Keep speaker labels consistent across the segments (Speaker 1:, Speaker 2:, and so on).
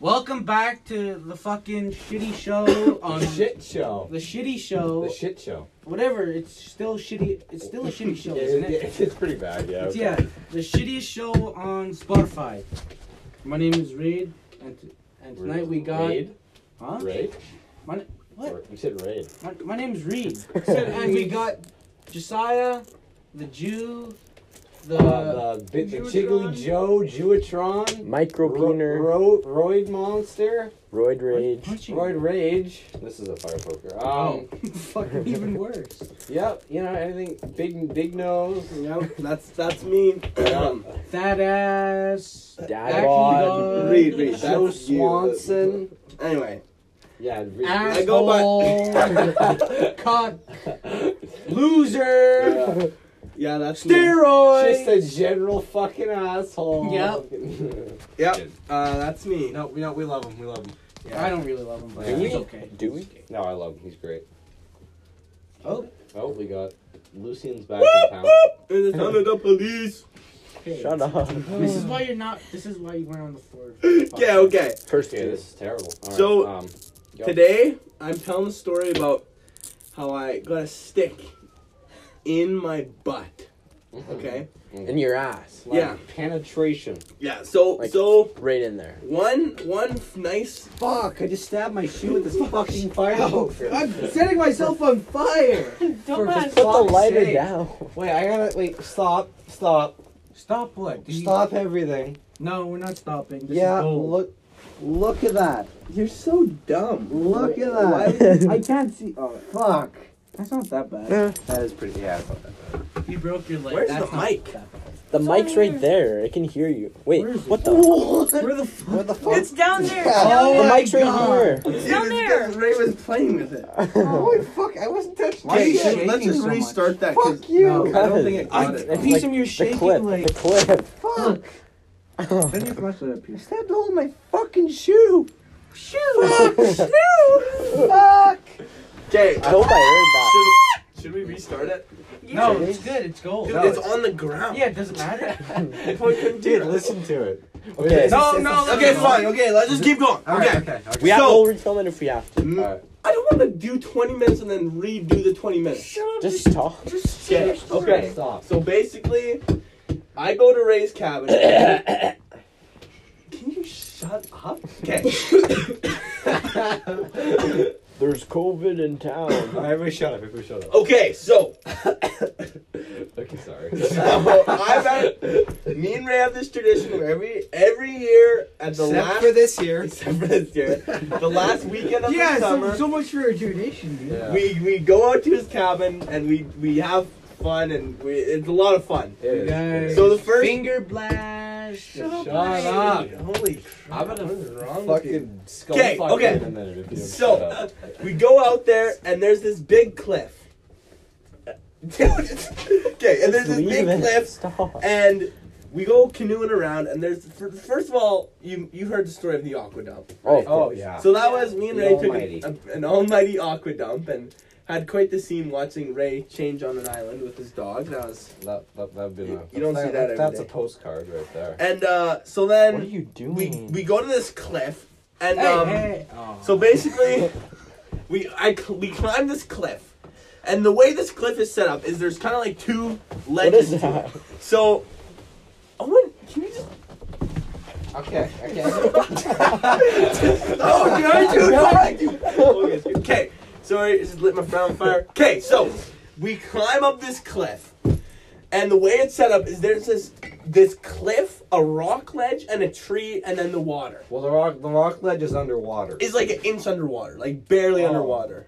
Speaker 1: Welcome back to the fucking shitty show on
Speaker 2: The shit show.
Speaker 1: the shitty show.
Speaker 2: The shit show.
Speaker 1: whatever, it's still shitty it's still a shitty show,
Speaker 2: Yeah,
Speaker 1: isn't
Speaker 2: it-
Speaker 1: it?
Speaker 2: it- It's pretty bad, yeah.
Speaker 1: It's
Speaker 2: okay.
Speaker 1: yeah, the shittiest show on Spotify. My name is Raid and t- and tonight we got
Speaker 2: Raid.
Speaker 1: Huh?
Speaker 2: Raid.
Speaker 1: My, what?
Speaker 2: You said raid.
Speaker 1: My, my name's Reed. and we got Josiah, the Jew, the
Speaker 2: Uh, the, bit- the Jiggly Joe, Jewatron,
Speaker 3: Micro Cleaner,
Speaker 2: Ro- Ro- Roid Monster,
Speaker 3: Roid Rage.
Speaker 1: punching.
Speaker 2: Roid Rage. This is a fire poker.
Speaker 1: Oh,
Speaker 2: Um,
Speaker 1: fucking even worse.
Speaker 2: yep. You know anything? Big, big nose.
Speaker 4: Yep, that's that's me.
Speaker 2: Um,
Speaker 1: That ass.
Speaker 3: Dad
Speaker 1: Action
Speaker 3: bod.
Speaker 1: dog.
Speaker 4: Read, read.
Speaker 2: Joe
Speaker 4: That's you.
Speaker 2: Swanson.
Speaker 4: Anyway,
Speaker 2: Yeah. Reed.
Speaker 1: Asshole.
Speaker 4: I go
Speaker 1: Cunt. Loser.
Speaker 2: Yeah.
Speaker 4: yeah, that's me.
Speaker 1: Steroid.
Speaker 2: Just a general fucking asshole.
Speaker 1: Yep.
Speaker 4: Yep, uh, that's me.
Speaker 5: No, we no, we love him. We love him.
Speaker 4: Yeah.
Speaker 1: I don't really love him, but
Speaker 2: Do
Speaker 1: it's
Speaker 2: we?
Speaker 1: okay.
Speaker 3: Do we?
Speaker 2: no, I love him. He's great.
Speaker 1: Oh,
Speaker 2: Oh, we got Lucian's back in town.
Speaker 4: And it's under the police.
Speaker 1: okay.
Speaker 3: Shut up.
Speaker 1: This is why you're not. This is why you weren't on the floor.
Speaker 4: Yeah, okay.
Speaker 3: First
Speaker 2: Okay,
Speaker 3: year.
Speaker 2: this is terrible. All right,
Speaker 4: So,
Speaker 2: um, go.
Speaker 4: Today, I'm telling a story about how I got a stick in my butt. Okay.
Speaker 3: In your ass.
Speaker 2: Like,
Speaker 4: Yeah.
Speaker 2: penetration.
Speaker 4: Yeah. So
Speaker 3: Like-
Speaker 4: so
Speaker 3: Right in there.
Speaker 4: one one f- nice.
Speaker 5: Fuck! I just stabbed my shoe with this fucking firepoker.
Speaker 4: I'm setting myself on fire.
Speaker 6: Don't mind.
Speaker 3: Put the
Speaker 5: fuck's
Speaker 3: lighter
Speaker 5: sake.
Speaker 3: down.
Speaker 5: Wait, I gotta wait. Stop! Stop!
Speaker 1: Stop what? Do you-
Speaker 5: Stop everything!
Speaker 1: No, we're not stopping. This
Speaker 5: yeah,
Speaker 1: is gold.
Speaker 5: look, look at that!
Speaker 4: You're so dumb.
Speaker 5: Look at
Speaker 4: Why-
Speaker 5: that!
Speaker 4: I can't see. Oh,
Speaker 5: Fuck!
Speaker 4: that's not that bad.
Speaker 5: That is pretty. Yeah, I thought that.
Speaker 1: You broke your leg.
Speaker 4: Where's
Speaker 1: That's
Speaker 4: the
Speaker 1: not
Speaker 4: mic?
Speaker 1: that bad.
Speaker 3: The mic's right there. It can hear you. Wait,
Speaker 1: Where is it?
Speaker 3: what the?
Speaker 1: Where the fuck?
Speaker 5: What the fuck?
Speaker 6: It's down there.
Speaker 5: Yeah.
Speaker 1: Oh
Speaker 6: Down
Speaker 3: Oh The
Speaker 6: there.
Speaker 3: mic's right here.
Speaker 4: It's
Speaker 6: down there.
Speaker 4: Ray was playing with it.
Speaker 5: Holy fuck! I wasn't touching.
Speaker 1: Why
Speaker 5: shit.
Speaker 1: you shaking
Speaker 4: let's just
Speaker 1: so much?
Speaker 4: restart that. 'cause
Speaker 5: Fuck you!
Speaker 4: I don't think it got
Speaker 1: A
Speaker 4: it.
Speaker 1: piece
Speaker 3: Like,
Speaker 1: of your
Speaker 3: The
Speaker 1: shaking
Speaker 3: clip.
Speaker 1: leg.
Speaker 3: The clip.
Speaker 5: Fuck!
Speaker 4: Send your flashlight up here.
Speaker 5: I stabbed a hole in my fucking shoe.
Speaker 4: Okay,
Speaker 3: I hope I
Speaker 4: should, should we restart it?
Speaker 1: No, it's good. It's gold.
Speaker 4: Dude, it's on the ground.
Speaker 1: Yeah, it doesn't matter.
Speaker 5: Dude, listen to it.
Speaker 3: heard that. Okay.
Speaker 1: No, no, no.
Speaker 4: Okay,
Speaker 1: no.
Speaker 4: fine. Okay, let's just keep going.
Speaker 5: All right,
Speaker 4: Okay.
Speaker 5: okay, okay.
Speaker 3: We have
Speaker 4: So-
Speaker 3: we'll refilm it if we have to.
Speaker 4: Mm,
Speaker 2: Alright.
Speaker 4: I don't want to do 20 minutes and then redo the 20 minutes.
Speaker 6: Shut up.
Speaker 3: Just talk.
Speaker 6: just
Speaker 4: Yeah,
Speaker 6: finish the
Speaker 4: okay.
Speaker 6: story.
Speaker 2: Stop.
Speaker 4: So basically, I go to Ray's cabin. Can you shut up? Okay.
Speaker 3: There's COVID in town.
Speaker 5: Alright, everybody shut up. Everybody shut up.
Speaker 4: Okay, so
Speaker 2: Okay, sorry.
Speaker 4: So, I've had, me and Ray have this tradition where every every year at the
Speaker 5: Except
Speaker 4: last
Speaker 5: for this year.
Speaker 4: except for this year, the last weekend of
Speaker 5: Yeah,
Speaker 4: the
Speaker 5: so-
Speaker 4: summer,
Speaker 1: much for your donation, dude.
Speaker 2: Yeah.
Speaker 4: we we go out to his cabin and we we have fun and we it's a lot of fun.
Speaker 2: It is.
Speaker 1: Guys.
Speaker 4: So the first
Speaker 1: Finger blast.
Speaker 6: Shut up.
Speaker 2: Shut
Speaker 6: Ray.
Speaker 2: up.
Speaker 4: holy crap,
Speaker 2: I'm gonna
Speaker 4: what is wrong with you?
Speaker 5: Fucking skull
Speaker 4: Okay,
Speaker 5: fucking
Speaker 4: okay.
Speaker 5: in a minute if you don't shut up.
Speaker 4: So we go out there and there's this big cliff. Dude, okay, and there's this
Speaker 3: Leave
Speaker 4: big
Speaker 3: it.
Speaker 4: cliff
Speaker 3: Stop.
Speaker 4: and we go canoeing around and there's fir- first of all you you heard the story of the aqua dump
Speaker 3: Oh,
Speaker 5: Oh yeah.
Speaker 4: so that was me and
Speaker 2: The
Speaker 4: ray took
Speaker 2: almighty.
Speaker 4: an, a, an almighty aqua dump and had quite the scene watching ray change on an island with his dog that was
Speaker 2: That that that'd been
Speaker 4: You-
Speaker 2: a-
Speaker 4: you don't see that every
Speaker 2: That's
Speaker 4: day.
Speaker 2: a postcard right there.
Speaker 4: and uh so
Speaker 3: What are
Speaker 4: then
Speaker 3: you
Speaker 4: we
Speaker 3: doing?
Speaker 4: we go to this cliff and
Speaker 1: Hey,
Speaker 4: um
Speaker 1: hey. Oh.
Speaker 4: so basically we i cl- we climb this cliff and the way this cliff is set up is there's kind of like two
Speaker 3: What is
Speaker 4: ledges to it.
Speaker 3: that?
Speaker 4: so Owen, can you just
Speaker 5: Okay. Okay.
Speaker 4: Oh, dude, I do not do. Okay, okay, sorry, I just lit my frown fire. Okay, so we climb up this cliff, and the way it's set up is there's this this cliff, a rock ledge, and a tree, and then the water.
Speaker 5: Well, the rock the rock ledge is underwater.
Speaker 4: It's like an inch underwater, like barely
Speaker 5: Oh.
Speaker 4: underwater.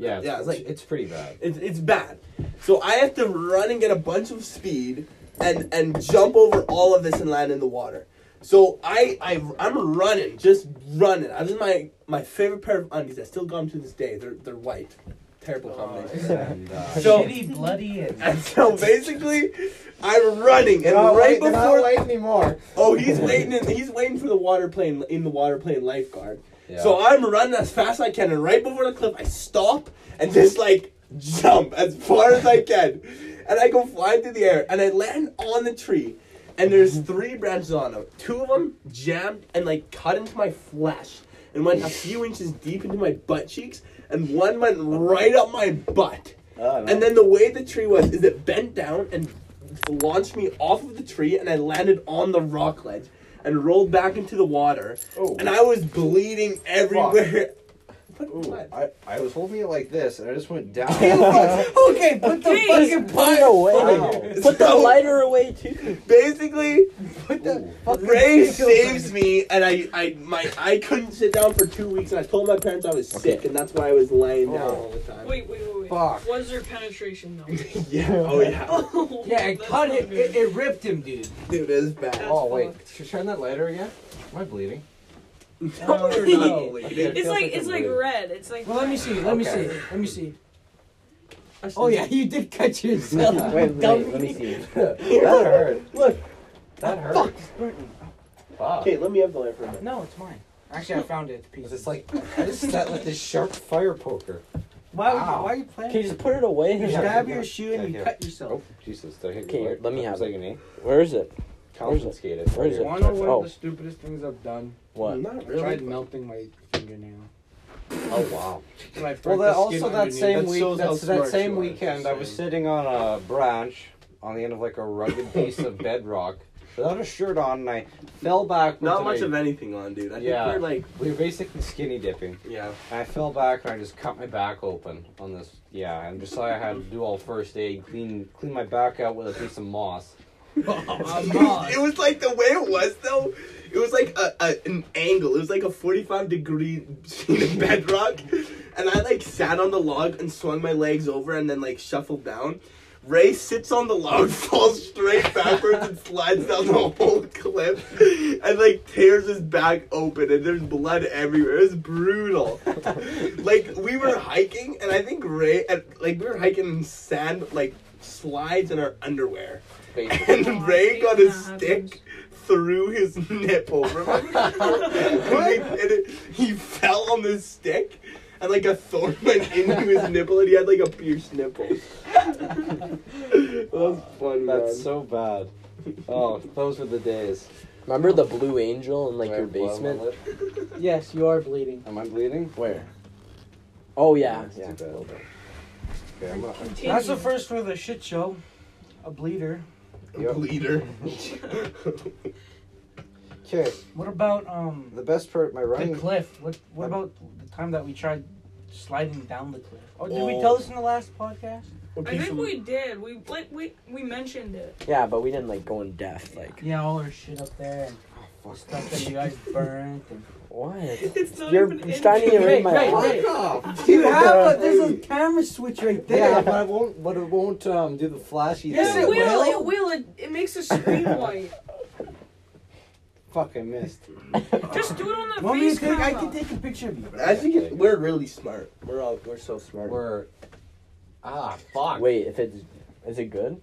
Speaker 2: Yeah.
Speaker 4: yeah, it's like-
Speaker 5: it's pretty bad.
Speaker 4: It's it's bad. So I have to run and get a bunch of speed and and jump over all of this and land in the water. So I I I'm running, just running. I was in my my favorite pair of undies. I still got them to this day. They're they're white. Terrible
Speaker 5: Oh,
Speaker 4: combination.
Speaker 5: And, uh,
Speaker 4: So-
Speaker 1: shitty, bloody, and
Speaker 4: And so basically, I'm running and
Speaker 5: They're not white-
Speaker 4: right
Speaker 5: they're not
Speaker 4: before
Speaker 5: white anymore.
Speaker 4: oh he's waiting in, he's waiting for the water plane in the water plane lifeguard.
Speaker 2: Yeah.
Speaker 4: So uh, I'm running as fast as I can, and right before the cliff, I stop and just like jump as far as I can, and I go flying through the air, and I land on the tree. and there's three branches on them. Two of them jammed and like cut into my flesh and went a few inches deep into my butt cheeks, and one went right up my butt. And then the way the tree was is it bent down and launched me off of the tree, and I landed on the rock ledge and rolled back into the water,
Speaker 6: Oh,
Speaker 4: and I was bleeding everywhere.
Speaker 6: ooh,
Speaker 4: What?
Speaker 6: I, I was holding it like this, and I just went down.
Speaker 4: okay, put the fucking
Speaker 3: Put it
Speaker 4: pot
Speaker 3: away.
Speaker 6: Wow.
Speaker 3: Put the lighter away too.
Speaker 4: Basically,
Speaker 5: What the
Speaker 4: Ray saves me, and I, I, my, I couldn't sit down for two weeks, and I told my parents I was sick, and that's why I was laying down all the time.
Speaker 7: Wait, wait, wait, wait.
Speaker 2: Fuck.
Speaker 7: Was there penetration though?
Speaker 4: yeah. Oh yeah.
Speaker 7: oh,
Speaker 1: Yeah, it
Speaker 7: that's
Speaker 1: cut
Speaker 7: not
Speaker 1: it,
Speaker 7: good.
Speaker 1: it. It ripped him, dude.
Speaker 4: Dude, it is bad.
Speaker 7: That's
Speaker 2: Oh wait,
Speaker 7: fucked.
Speaker 2: should I turn that lighter again? Am I bleeding?
Speaker 4: No, you're not
Speaker 2: Yeah, it
Speaker 4: bleeding.
Speaker 7: It's
Speaker 2: feels
Speaker 7: like
Speaker 2: I'm
Speaker 7: it's like
Speaker 2: bleeding.
Speaker 7: red. It's like.
Speaker 1: Well, let me see. Let me see.
Speaker 2: Okay.
Speaker 1: Let me see.
Speaker 2: Oh yeah, you did cut yourself.
Speaker 1: Wait,
Speaker 2: let me see. that hurt.
Speaker 3: Look.
Speaker 2: That hurt. Fuck.
Speaker 3: Okay, let me have the lighter for a minute.
Speaker 1: No, it's mine. Actually, I found it. Piece.
Speaker 2: It's like I just sat with this sharp fire poker.
Speaker 1: why? Would
Speaker 2: Wow.
Speaker 1: you, why are you playing?
Speaker 3: Can you just put it away?
Speaker 1: You
Speaker 2: Yeah.
Speaker 1: stab your shoe and
Speaker 2: Yeah,
Speaker 1: you
Speaker 2: yeah.
Speaker 1: cut yourself.
Speaker 2: Jesus, did I hit
Speaker 3: Okay,
Speaker 2: your
Speaker 3: let me have
Speaker 2: Was that your knee?
Speaker 3: Where is it? Where's it?
Speaker 2: Confiscated.
Speaker 3: Where's it?
Speaker 8: Wanna know one
Speaker 3: Oh.
Speaker 8: of the stupidest things I've done?
Speaker 3: What?
Speaker 4: Not
Speaker 8: I tried
Speaker 4: really.
Speaker 8: melting my fingernail.
Speaker 2: Oh wow.
Speaker 8: And I
Speaker 2: Well,
Speaker 8: burnt
Speaker 2: that,
Speaker 8: the skin
Speaker 2: also that
Speaker 8: underneath.
Speaker 2: same
Speaker 4: That
Speaker 2: week,
Speaker 4: shows how
Speaker 2: that's, that
Speaker 4: smart
Speaker 2: same
Speaker 4: you are,
Speaker 2: weekend,
Speaker 4: just
Speaker 2: I was
Speaker 4: saying.
Speaker 2: sitting on a branch on the end of like a rugged piece of bedrock without a shirt on, and I fell back.
Speaker 4: Not
Speaker 2: onto
Speaker 4: much
Speaker 2: my-
Speaker 4: of anything on, dude. I think
Speaker 2: Yeah.
Speaker 4: we're like,
Speaker 2: We were basically skinny dipping.
Speaker 4: yeah.
Speaker 2: And I fell back and I just cut my back open on this. Yeah, and just like I had to do all first aid, clean clean my back out with a piece of moss.
Speaker 4: it was like the way it was though. It was like a, a an angle. It was like a forty five degree sheet of bedrock, and I like sat on the log and swung my legs over and then like shuffled down. Ray sits on the log, falls straight backwards, and slides down the whole cliff, and like tears his back open, and there's blood everywhere. It's brutal. like we were hiking, and I think Ray, and, like we were hiking in sand, like slides in our underwear.
Speaker 2: Basically.
Speaker 4: And Ray got his stick through his nipple. Remember? and it, he fell on the stick, and like a thorn went into his nipple, and he had like a pierced nipple. that was funny.
Speaker 2: That's
Speaker 4: man.
Speaker 2: so bad. Oh, those were the days.
Speaker 3: Remember the Blue Angel in like
Speaker 2: Do I
Speaker 3: your
Speaker 2: have blood on
Speaker 3: basement?
Speaker 2: my lip?
Speaker 1: Yes, you are bleeding.
Speaker 2: Am I bleeding?
Speaker 3: Where? Oh yeah,
Speaker 2: That's
Speaker 3: yeah.
Speaker 2: too bad. Okay, I'm not-
Speaker 1: That's the first for the shit show. A bleeder.
Speaker 2: Yep.
Speaker 4: Bleeder.
Speaker 2: Okay,
Speaker 1: What about um
Speaker 2: the best part, my
Speaker 1: the
Speaker 2: running.
Speaker 1: cliff? What What
Speaker 2: I'm-
Speaker 1: about the time that we tried sliding down the cliff? Oh, did we
Speaker 4: Oh.
Speaker 1: tell this in the last podcast?
Speaker 7: I think we did. We like we we mentioned it.
Speaker 3: Yeah, but we didn't like go in depth. Like
Speaker 1: Yeah, all our shit up there and stuff that you guys burnt. And...
Speaker 3: what?
Speaker 7: It's not
Speaker 3: You're
Speaker 7: even in
Speaker 3: starting to read my
Speaker 1: Right,
Speaker 3: eyes.
Speaker 1: right.
Speaker 2: You
Speaker 1: a, there's a camera switch right
Speaker 2: uh, Yeah, but it won't. But it won't um, do the flashy
Speaker 1: Yes,
Speaker 2: thing.
Speaker 7: It will.
Speaker 1: will.
Speaker 7: It will. It, it makes the screen white.
Speaker 2: Fuck, I missed.
Speaker 7: Just do it on the
Speaker 1: Want me to
Speaker 7: face
Speaker 1: take?
Speaker 7: camera.
Speaker 1: I can take a picture of you.
Speaker 4: I think it, we're really smart. We're all we're so smart.
Speaker 2: We're ah fuck.
Speaker 3: Wait, if it's is it good?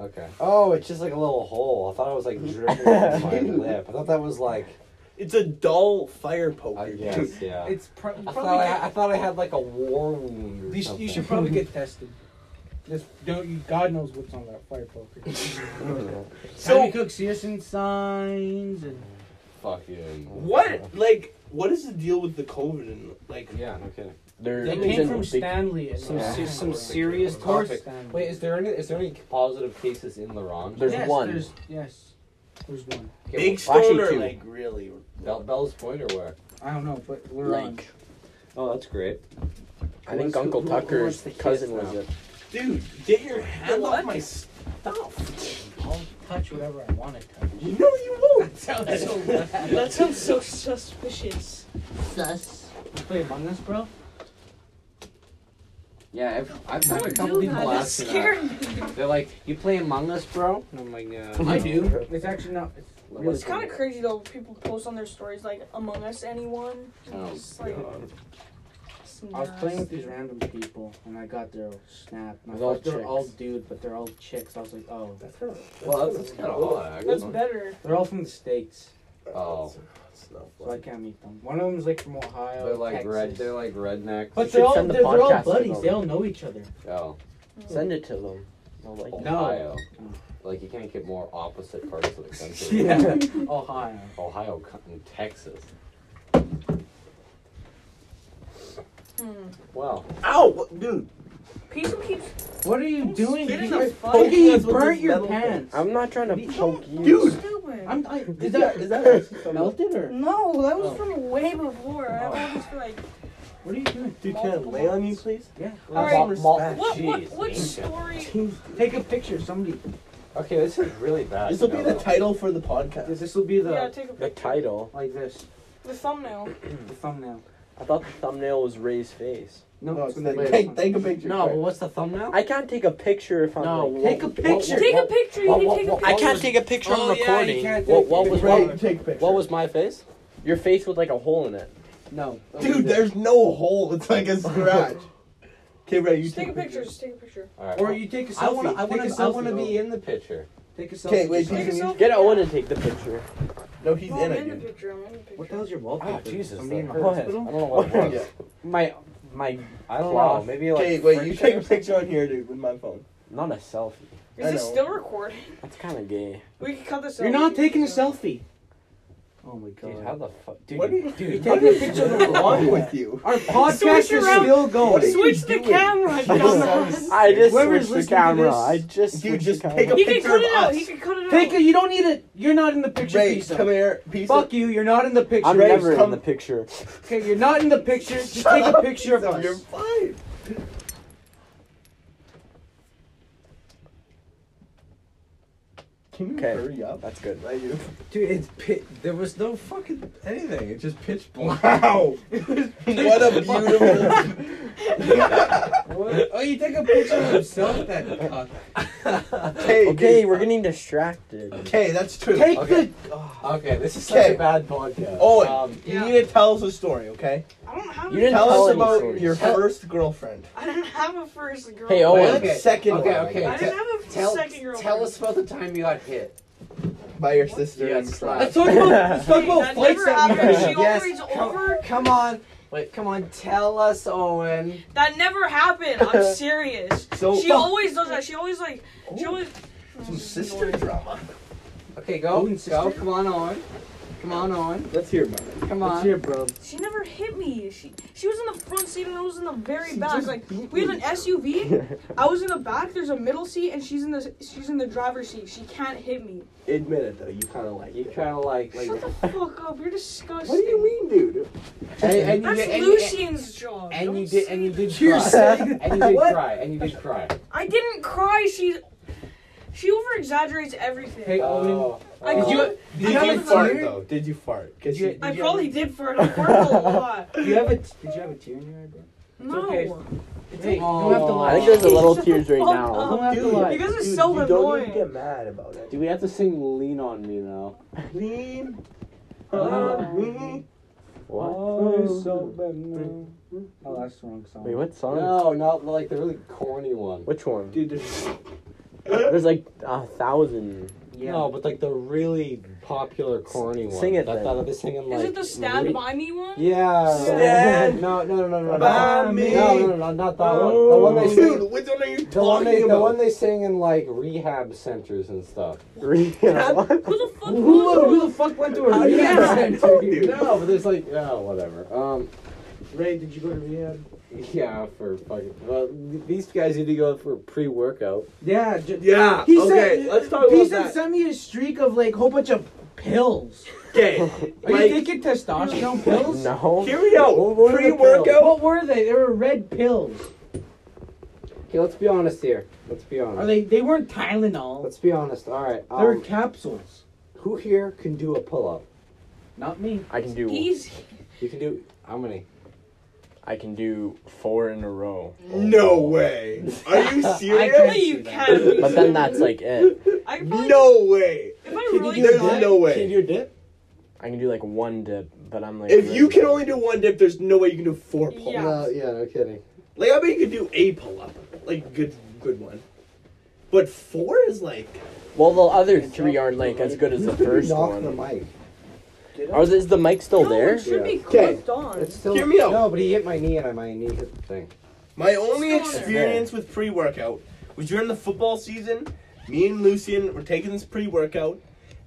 Speaker 2: Okay. Oh, it's just like a little hole. I thought it was like dripping on my lip. I thought that was like.
Speaker 4: It's a dull fire poker.
Speaker 2: I guess yeah.
Speaker 1: It's pro- you
Speaker 2: I
Speaker 1: probably.
Speaker 2: thought I,
Speaker 1: Get,
Speaker 2: I thought I had like a war wound. Or
Speaker 1: you, sh-
Speaker 2: something.
Speaker 1: you should probably get tested. This don't you? God knows what's on that fire poker. so we
Speaker 4: So
Speaker 1: cook citizen signs and.
Speaker 2: Fuck you.
Speaker 4: what? Like, what is the deal with the COVID? And like,
Speaker 2: Yeah, no kidding.
Speaker 3: There,
Speaker 1: They
Speaker 3: there's
Speaker 1: came
Speaker 3: a
Speaker 1: from
Speaker 3: big-
Speaker 1: Stanley. And
Speaker 2: Some
Speaker 1: yeah.
Speaker 2: se- some serious
Speaker 1: Towards
Speaker 2: topic.
Speaker 1: Stanley.
Speaker 2: Wait, is there any is there any positive cases in LaRonde?
Speaker 3: There's
Speaker 1: yes,
Speaker 3: one.
Speaker 1: There's, yes, there's one.
Speaker 2: Okay,
Speaker 4: big
Speaker 3: well, actually
Speaker 4: stoner.
Speaker 3: two.
Speaker 4: Like, really?
Speaker 2: Bell, Bell's Point or where?
Speaker 1: I don't know, but we're on.
Speaker 3: Like,
Speaker 2: Oh, that's great.
Speaker 3: I think
Speaker 2: Who-
Speaker 3: Uncle
Speaker 2: who- who wants
Speaker 3: Tucker's
Speaker 2: the kids
Speaker 3: cousin
Speaker 2: now?
Speaker 3: was it.
Speaker 4: Dude, get your hand off
Speaker 7: What?
Speaker 4: my stuff.
Speaker 1: I'll touch whatever I want to touch.
Speaker 4: You know you won't.
Speaker 1: Sounds so bad.
Speaker 7: That sounds so suspicious.
Speaker 1: You play Among Us, bro?
Speaker 2: Yeah, I've, I've had a
Speaker 7: Don't
Speaker 2: couple
Speaker 7: do
Speaker 2: people
Speaker 7: that. That
Speaker 2: ask me that.
Speaker 7: scared me.
Speaker 2: They're like, "You play Among Us, bro?" And I'm like, "No."
Speaker 1: I do. It's actually not. It's,
Speaker 7: It's kind of crazy though. People post on their stories like Among Us anyone.
Speaker 2: Oh,
Speaker 7: It's like,
Speaker 1: I was playing with these random people and I got their snap. And I
Speaker 3: They're all
Speaker 1: thought they're all
Speaker 3: chicks.
Speaker 1: dude, but they're all chicks. I was like, oh,
Speaker 4: That's kind of.
Speaker 2: Well, that's kind of odd.
Speaker 7: That's better.
Speaker 1: they're all from the states,
Speaker 2: Oh.
Speaker 1: so I can't meet them. One of them's like from Ohio.
Speaker 2: They're like
Speaker 1: Texas.
Speaker 2: red. They're like rednecks.
Speaker 1: But
Speaker 3: should
Speaker 1: they're all
Speaker 3: send the
Speaker 1: they're, they're all
Speaker 3: podcast to
Speaker 1: buddies.
Speaker 3: them.
Speaker 1: They all know each other.
Speaker 2: oh,
Speaker 3: Send it to them. No, like,
Speaker 2: Ohio. Like you can't get more opposite parts of the country.
Speaker 1: Yeah. Ohio.
Speaker 2: Ohio co- and Texas.
Speaker 7: Hmm.
Speaker 2: Wow.
Speaker 4: Ow, dude.
Speaker 7: Pizza keeps
Speaker 1: What are you doing?
Speaker 4: spitting
Speaker 1: You
Speaker 4: the
Speaker 1: just
Speaker 4: fuck
Speaker 1: fucking
Speaker 4: out with
Speaker 1: burnt
Speaker 4: this
Speaker 1: your
Speaker 4: metal thing.
Speaker 1: pants.
Speaker 3: I'm not trying to
Speaker 1: Dude.
Speaker 3: poke you.
Speaker 4: Dude.
Speaker 7: stupid.
Speaker 1: I'm. I, is that is that actually from melted or
Speaker 7: no, that was
Speaker 1: Oh.
Speaker 7: from way before. I have all these like.
Speaker 1: what are you doing?
Speaker 4: Dude, can I lay on you, please?
Speaker 1: Yeah.
Speaker 7: All
Speaker 4: Some
Speaker 7: right.
Speaker 4: respect.
Speaker 7: What what
Speaker 2: Jeez,
Speaker 7: what
Speaker 2: man.
Speaker 7: story?
Speaker 1: Take a picture. Somebody.
Speaker 2: Okay, this is really bad.
Speaker 4: This will be
Speaker 2: now,
Speaker 4: the
Speaker 2: though.
Speaker 4: title for the podcast.
Speaker 1: This will be the
Speaker 7: Yeah, take a
Speaker 3: The
Speaker 7: picture.
Speaker 3: title.
Speaker 1: like this.
Speaker 7: The thumbnail.
Speaker 2: Hmm.
Speaker 1: The thumbnail.
Speaker 3: I thought the thumbnail was Ray's face.
Speaker 1: No,
Speaker 4: No,
Speaker 1: it's
Speaker 4: it's
Speaker 1: gonna
Speaker 4: the-
Speaker 1: be
Speaker 4: take, take a picture.
Speaker 2: No, but what's the thumbnail?
Speaker 3: I can't take a picture if I'm
Speaker 2: No,
Speaker 3: like.
Speaker 1: Take a picture.
Speaker 7: Take a picture. You
Speaker 2: what-
Speaker 7: can
Speaker 2: what-
Speaker 7: take a
Speaker 2: what-
Speaker 3: I
Speaker 7: picture.
Speaker 3: can't take a picture
Speaker 1: Oh, yeah,
Speaker 3: I'm
Speaker 1: you
Speaker 3: recording.
Speaker 1: can't
Speaker 3: what,
Speaker 1: take
Speaker 3: what
Speaker 1: a
Speaker 3: was
Speaker 1: picture.
Speaker 3: what,
Speaker 4: Right, take a picture.
Speaker 3: what was my face? Your face with like a hole in it.
Speaker 1: No.
Speaker 4: Dude, there's no hole. It's like a scratch. Okay, Ray, you
Speaker 7: Just take a picture.
Speaker 4: picture.
Speaker 7: Just take a picture.
Speaker 2: Alright.
Speaker 1: Or you take a selfie.
Speaker 2: I want to. I
Speaker 1: Take
Speaker 2: want
Speaker 1: a
Speaker 2: to. I want to
Speaker 1: selfie.
Speaker 2: be in the picture.
Speaker 1: Take a selfie.
Speaker 4: Okay, wait.
Speaker 7: Take
Speaker 4: He's
Speaker 7: a
Speaker 4: in-
Speaker 7: selfie.
Speaker 3: Get
Speaker 7: yeah.
Speaker 3: Owen to take the picture.
Speaker 4: No, he's
Speaker 7: No,
Speaker 4: in
Speaker 7: I'm
Speaker 4: it,
Speaker 7: in the
Speaker 4: dude.
Speaker 7: picture. I'm in the picture.
Speaker 5: What the hell's your wallpaper?
Speaker 2: Oh
Speaker 4: Ah,
Speaker 2: Jesus!
Speaker 5: From
Speaker 2: that
Speaker 5: the
Speaker 2: hurt. I don't
Speaker 5: hospital?
Speaker 2: know what it
Speaker 4: Yeah.
Speaker 2: was. My my. I don't know.
Speaker 3: Cloth.
Speaker 2: Maybe like.
Speaker 4: Okay, wait.
Speaker 2: friction
Speaker 4: You take a
Speaker 2: or something?
Speaker 4: picture on here, dude, with my phone.
Speaker 3: Not a selfie.
Speaker 4: I
Speaker 7: Is this
Speaker 4: know.
Speaker 7: still recording?
Speaker 3: That's kind of gay.
Speaker 7: We can cut this out.
Speaker 1: You're not
Speaker 7: We can
Speaker 1: taking a
Speaker 7: cut this out.
Speaker 1: selfie. Oh my god.
Speaker 2: Dude, how the fuck, dude?
Speaker 4: What are
Speaker 2: you-
Speaker 4: you-
Speaker 2: dude,
Speaker 1: Take
Speaker 4: What
Speaker 1: a
Speaker 4: is
Speaker 1: picture of the
Speaker 4: wrong
Speaker 1: wall.
Speaker 4: with you?
Speaker 1: Our podcast is
Speaker 7: around.
Speaker 1: still going.
Speaker 4: What are
Speaker 7: Switch the camera, dumbass.
Speaker 3: I just
Speaker 1: Whoever's
Speaker 3: switched the
Speaker 1: listening to
Speaker 3: camera.
Speaker 1: this,
Speaker 3: I just
Speaker 4: Dude,
Speaker 3: switched
Speaker 4: just
Speaker 3: the
Speaker 4: take
Speaker 3: camera.
Speaker 4: a
Speaker 7: He
Speaker 4: picture
Speaker 7: can cut
Speaker 4: of
Speaker 7: it out.
Speaker 4: us.
Speaker 7: He can cut it
Speaker 1: Take
Speaker 7: out.
Speaker 1: a, you don't need it. You're not in the picture,
Speaker 4: Ray,
Speaker 1: piece.
Speaker 4: come here. Piece of-
Speaker 1: Fuck you. You're not in the picture.
Speaker 3: I'm
Speaker 4: Ray,
Speaker 3: never in
Speaker 4: come-
Speaker 3: the picture.
Speaker 1: Okay, you're not in the picture. Just
Speaker 4: Shut
Speaker 1: take a
Speaker 4: up,
Speaker 1: picture of
Speaker 4: piece You're
Speaker 1: us.
Speaker 4: fine. Can you
Speaker 3: Okay.
Speaker 4: hurry up?
Speaker 3: That's good.
Speaker 4: Right, you.
Speaker 5: Dude, it's pit. There was no fucking anything. It just pitch black.
Speaker 4: Wow! what a beautiful.
Speaker 1: What? Oh, you take a picture of yourself then. cuck.
Speaker 4: okay,
Speaker 3: Okay,
Speaker 4: dude.
Speaker 3: we're getting distracted.
Speaker 4: Okay, that's true.
Speaker 1: Take
Speaker 2: Okay.
Speaker 1: the.
Speaker 2: Okay, this is such
Speaker 4: Okay.
Speaker 2: a bad podcast.
Speaker 4: Owen,
Speaker 2: Um,
Speaker 4: you
Speaker 7: Yeah.
Speaker 4: need to tell us a story, okay?
Speaker 7: I don't have.
Speaker 3: You
Speaker 7: a-
Speaker 3: didn't
Speaker 4: Tell,
Speaker 3: tell
Speaker 4: us
Speaker 3: any
Speaker 4: about
Speaker 3: stories.
Speaker 4: your
Speaker 2: Tell-
Speaker 4: first girlfriend.
Speaker 7: I didn't have a first girl.
Speaker 3: Hey, Owen.
Speaker 4: Well,
Speaker 2: Okay.
Speaker 4: Second
Speaker 2: Okay,
Speaker 4: one.
Speaker 2: okay.
Speaker 7: I didn't have a
Speaker 2: tell
Speaker 7: second girl.
Speaker 2: tell us about the time you got hit.
Speaker 4: By your sister.
Speaker 2: Yeah,
Speaker 4: and
Speaker 2: it's
Speaker 4: crap.
Speaker 1: Let's talk about. Let's talk about
Speaker 7: that
Speaker 1: flights
Speaker 7: never
Speaker 1: that we
Speaker 7: happened. She
Speaker 1: had.
Speaker 5: Yes,
Speaker 7: always
Speaker 5: come-
Speaker 7: over.
Speaker 5: Come on. Wait, come on. Tell us, Owen.
Speaker 7: That never happened. I'm serious.
Speaker 1: So
Speaker 7: she
Speaker 1: fuck.
Speaker 7: always does that. She always like. She always.
Speaker 4: Some sister drama.
Speaker 5: Okay, go.
Speaker 1: Owen,
Speaker 5: Go.
Speaker 1: sister.
Speaker 5: Come on, Owen. Come on, Owen.
Speaker 4: Let's hear about it.
Speaker 5: Come
Speaker 1: Let's
Speaker 5: on.
Speaker 1: hear, it, bro.
Speaker 7: She never hit me. She she was in the front seat and I was in the very back. Like we had an SUV. I was in the back. There's a middle seat and she's in the she's in the driver's seat. She can't hit me.
Speaker 4: Admit it though, you kind of like
Speaker 2: You
Speaker 4: it.
Speaker 2: kind of like like.
Speaker 7: Shut the fuck up. You're disgusting.
Speaker 4: What do you mean, dude?
Speaker 2: And, and you
Speaker 7: That's
Speaker 2: did, and, you-
Speaker 7: Lucian's job.
Speaker 2: and you
Speaker 7: Don't
Speaker 2: did
Speaker 7: say
Speaker 2: and you
Speaker 7: that.
Speaker 2: did cry. And you did
Speaker 4: What?
Speaker 2: cry. And you did cry.
Speaker 7: I didn't cry. She she over exaggerates everything.
Speaker 1: Hey, Owen.
Speaker 2: Oh.
Speaker 7: I
Speaker 1: Did
Speaker 7: called,
Speaker 1: you? Did you
Speaker 7: I
Speaker 1: have
Speaker 7: gave
Speaker 1: a
Speaker 7: her-
Speaker 1: tear?
Speaker 4: though? Did you fart? Cause
Speaker 1: Did you-
Speaker 4: you,
Speaker 7: I
Speaker 1: did you
Speaker 7: probably did for it. I farted a lot.
Speaker 1: Have, a- did you have a? Did you have a tear in your eye, bro?
Speaker 7: No.
Speaker 1: okay. Hey, you
Speaker 5: Aw.
Speaker 1: don't have to
Speaker 3: I
Speaker 1: lie.
Speaker 3: think there's a little
Speaker 7: Shut
Speaker 3: tears
Speaker 7: the
Speaker 3: right
Speaker 7: fuck
Speaker 3: now.
Speaker 7: up.
Speaker 1: Don't have to
Speaker 4: Dude,
Speaker 1: lie.
Speaker 7: You guys are
Speaker 4: dude,
Speaker 7: so
Speaker 4: you don't need to
Speaker 7: annoying.
Speaker 4: get mad about it.
Speaker 2: Do we have to sing "Lean on Me" now?
Speaker 4: Lean on me.
Speaker 1: Oh, that's the wrong song.
Speaker 3: Wait, what song?
Speaker 2: No, not like the really corny one.
Speaker 3: Which one?
Speaker 4: Dude, there's
Speaker 3: There's like a thousand.
Speaker 1: Yeah.
Speaker 2: No, but like the really popular corny one.
Speaker 3: Sing it
Speaker 2: That,
Speaker 3: then.
Speaker 2: that, that singing like.
Speaker 7: Is it the stand
Speaker 2: re-
Speaker 7: by me one?
Speaker 2: Yeah.
Speaker 4: Stand
Speaker 2: No, no, no, no, no.
Speaker 4: by
Speaker 2: no,
Speaker 4: me.
Speaker 2: No, no, no, not that one. The one they sing.
Speaker 4: Oh. Dude, which one are you
Speaker 2: The one, they,
Speaker 4: talking
Speaker 2: the one
Speaker 4: about?
Speaker 2: they sing in like rehab centers and stuff.
Speaker 3: Three.
Speaker 7: Who the fuck
Speaker 1: Who, the-
Speaker 7: was
Speaker 1: who the fuck went to a
Speaker 4: How do you
Speaker 1: rehab
Speaker 4: know?
Speaker 1: center? dude?
Speaker 2: No, but there's like yeah, whatever. Um,
Speaker 1: Ray, did you go to rehab?
Speaker 2: yeah, for fucking. Well, th- these guys need to go for pre-workout.
Speaker 1: Yeah. J-
Speaker 4: Yeah.
Speaker 1: He
Speaker 4: okay,
Speaker 1: said,
Speaker 4: let's talk
Speaker 1: he
Speaker 4: about
Speaker 1: said
Speaker 4: that.
Speaker 1: sent me a streak of like whole bunch of pills.
Speaker 4: Okay,
Speaker 1: Are you
Speaker 4: like
Speaker 1: taking testosterone pills?
Speaker 3: No.
Speaker 4: here we go.
Speaker 2: What are the
Speaker 4: Pre-workout.
Speaker 1: What were they? They were red pills.
Speaker 2: Okay, let's be honest here. Let's be
Speaker 1: Are
Speaker 2: honest.
Speaker 1: they? They weren't Tylenol.
Speaker 2: Let's be honest. All right.
Speaker 1: They were
Speaker 2: Um,
Speaker 1: capsules.
Speaker 2: who here can do a pull-up?
Speaker 1: Not me.
Speaker 3: I can do.
Speaker 7: Easy.
Speaker 2: You can do how many?
Speaker 3: I can do four in a row.
Speaker 4: No way. Are you
Speaker 7: No,
Speaker 1: can't-
Speaker 4: serious?
Speaker 7: you can't.
Speaker 3: But then that's like it.
Speaker 7: I could probably,
Speaker 4: No way.
Speaker 7: If I
Speaker 4: Can you
Speaker 7: really
Speaker 4: do
Speaker 7: tried,
Speaker 4: that? No way.
Speaker 2: Can you do a dip?
Speaker 3: I can do like one dip, but I'm like.
Speaker 4: If you can only do one dip, there's no way you can do four pull-ups.
Speaker 7: Yeah.
Speaker 2: No, yeah, no kidding.
Speaker 4: Like I bet you could do a pull-up, like good, good one. But four is like.
Speaker 3: Well, the other three aren't like as good as the first
Speaker 6: Knock the
Speaker 3: one.
Speaker 6: mic.
Speaker 3: Or is the mic still
Speaker 7: no,
Speaker 3: there?
Speaker 7: It should be
Speaker 4: Okay.
Speaker 7: clipped on.
Speaker 2: It's still
Speaker 4: Hear me out.
Speaker 2: No, but he hit my knee and I my knee hit the thing.
Speaker 4: My only
Speaker 7: Still on there.
Speaker 4: experience with pre-workout was during the football season. Me and Lucian were taking this pre-workout,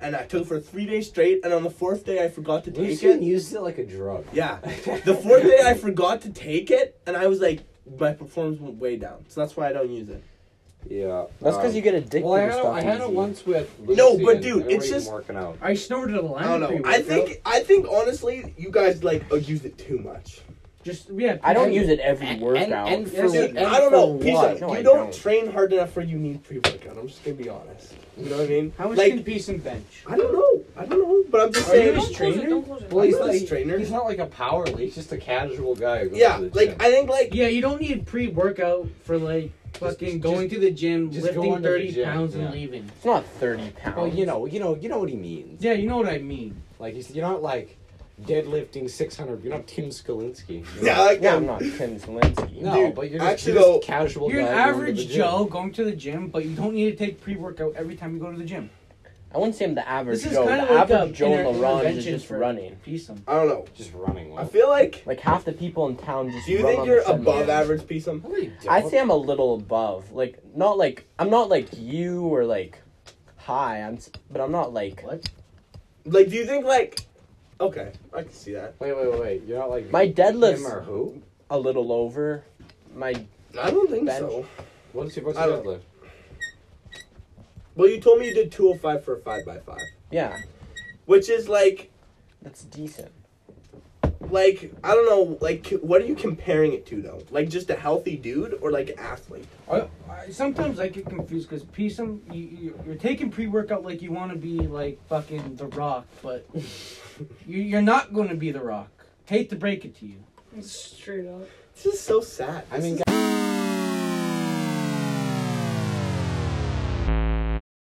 Speaker 4: and I took it for three days straight. And on the fourth day, I forgot to take it.
Speaker 2: Lucian used it like a drug.
Speaker 4: Yeah. The fourth day I forgot to take it, and I was like, my performance went way down. So that's why I don't use it.
Speaker 2: Yeah.
Speaker 3: That's because
Speaker 2: um,
Speaker 3: you get addicted
Speaker 2: Well, I
Speaker 3: to
Speaker 2: had, a,
Speaker 3: stuff.
Speaker 2: I had
Speaker 3: easy.
Speaker 2: it once with Lucian.
Speaker 4: No, but dude,
Speaker 2: and
Speaker 4: it's
Speaker 2: we're even
Speaker 4: just-
Speaker 2: working out.
Speaker 1: I snorted a
Speaker 4: I
Speaker 1: line.
Speaker 3: Oh,
Speaker 4: don't know. I think I think honestly, you guys like abused it too much.
Speaker 1: just yeah.
Speaker 3: I don't use it every
Speaker 2: And,
Speaker 3: workout.
Speaker 2: and for,
Speaker 1: Yes,
Speaker 4: See,
Speaker 1: it-
Speaker 2: and
Speaker 4: I don't
Speaker 2: for
Speaker 4: know. Peace
Speaker 2: what?
Speaker 4: out.
Speaker 3: No,
Speaker 4: you
Speaker 3: I
Speaker 4: don't,
Speaker 3: don't.
Speaker 4: train hard enough for you need pre-workout. I'm just gonna be honest. You know what I mean?
Speaker 1: How much
Speaker 4: like
Speaker 1: can peace and bench?
Speaker 4: I don't know. I don't know. But I'm just
Speaker 1: Are you
Speaker 4: saying.
Speaker 1: his
Speaker 7: Don't close it.
Speaker 1: trainer?
Speaker 7: Don't close it.
Speaker 2: Well, he's
Speaker 4: I'm not
Speaker 2: not,
Speaker 4: a
Speaker 2: he-
Speaker 4: trainer.
Speaker 2: he's not like a power league. He's just a casual guy. Who goes
Speaker 4: Yeah,
Speaker 2: to the
Speaker 4: like
Speaker 2: gym.
Speaker 4: I think like
Speaker 1: Yeah, you don't need pre-workout for like fucking
Speaker 2: just-
Speaker 1: going to the gym,
Speaker 2: just
Speaker 1: lifting
Speaker 2: going to the
Speaker 1: thirty
Speaker 2: gym,
Speaker 1: pounds
Speaker 2: yeah.
Speaker 1: and leaving.
Speaker 3: it's not 30 pounds.
Speaker 2: Well, you know, you know, you know what he means.
Speaker 1: Yeah, you know what I mean.
Speaker 2: Like he's, you're not like deadlifting 600. You're not Tim Skolinski.
Speaker 4: yeah, like
Speaker 3: Yeah, I'm
Speaker 4: um,
Speaker 3: not Ken Zelensky.
Speaker 2: No,
Speaker 4: Dude,
Speaker 2: but you're just,
Speaker 4: actually
Speaker 2: you're just
Speaker 4: though-
Speaker 2: casual.
Speaker 1: You're an
Speaker 2: guy going to the
Speaker 1: average
Speaker 2: gym.
Speaker 1: Joe going to the gym, but you don't need to take pre-workout every time you go to the gym.
Speaker 3: I wouldn't say I'm the average
Speaker 1: This is
Speaker 3: Joe. The
Speaker 1: kind of like a
Speaker 3: average Joe in
Speaker 1: inter-
Speaker 3: LaRonge is
Speaker 1: intervention
Speaker 3: just
Speaker 1: for
Speaker 3: running.
Speaker 1: Peace and
Speaker 4: I don't know.
Speaker 2: Just running.
Speaker 4: I
Speaker 2: Well.
Speaker 4: feel like.
Speaker 3: Like half the people in town just.
Speaker 4: Do you
Speaker 3: run
Speaker 4: think
Speaker 3: on
Speaker 4: you're
Speaker 3: the Sunday.
Speaker 4: above average, Pisum?
Speaker 3: I'd say I'm a little above. Like not like I'm not like you or like high. I'm s- but I'm not like
Speaker 1: What?
Speaker 4: Like, do you think like? Okay, I can see that.
Speaker 2: Wait, wait, wait, wait. You're not like
Speaker 3: my
Speaker 2: him
Speaker 3: deadlifts
Speaker 2: or who?
Speaker 3: a little over. My
Speaker 4: I don't think
Speaker 3: Bench.
Speaker 4: so.
Speaker 2: What's your what's
Speaker 4: I
Speaker 2: your
Speaker 4: don't-
Speaker 2: deadlift?
Speaker 4: Well, you told me you did 205 for a 5x5,
Speaker 3: yeah,
Speaker 4: which is like,
Speaker 3: that's decent.
Speaker 4: like I don't know, like what are you comparing it to though? Like just a healthy dude or like an athlete?
Speaker 1: I, I, sometimes I get confused because peace and you, you, you're taking pre-workout like you want to be like fucking The Rock, but you, you're not going to be The Rock. Hate to break it to you.
Speaker 7: Straight up.
Speaker 4: This is so sad.
Speaker 2: I mean,
Speaker 4: This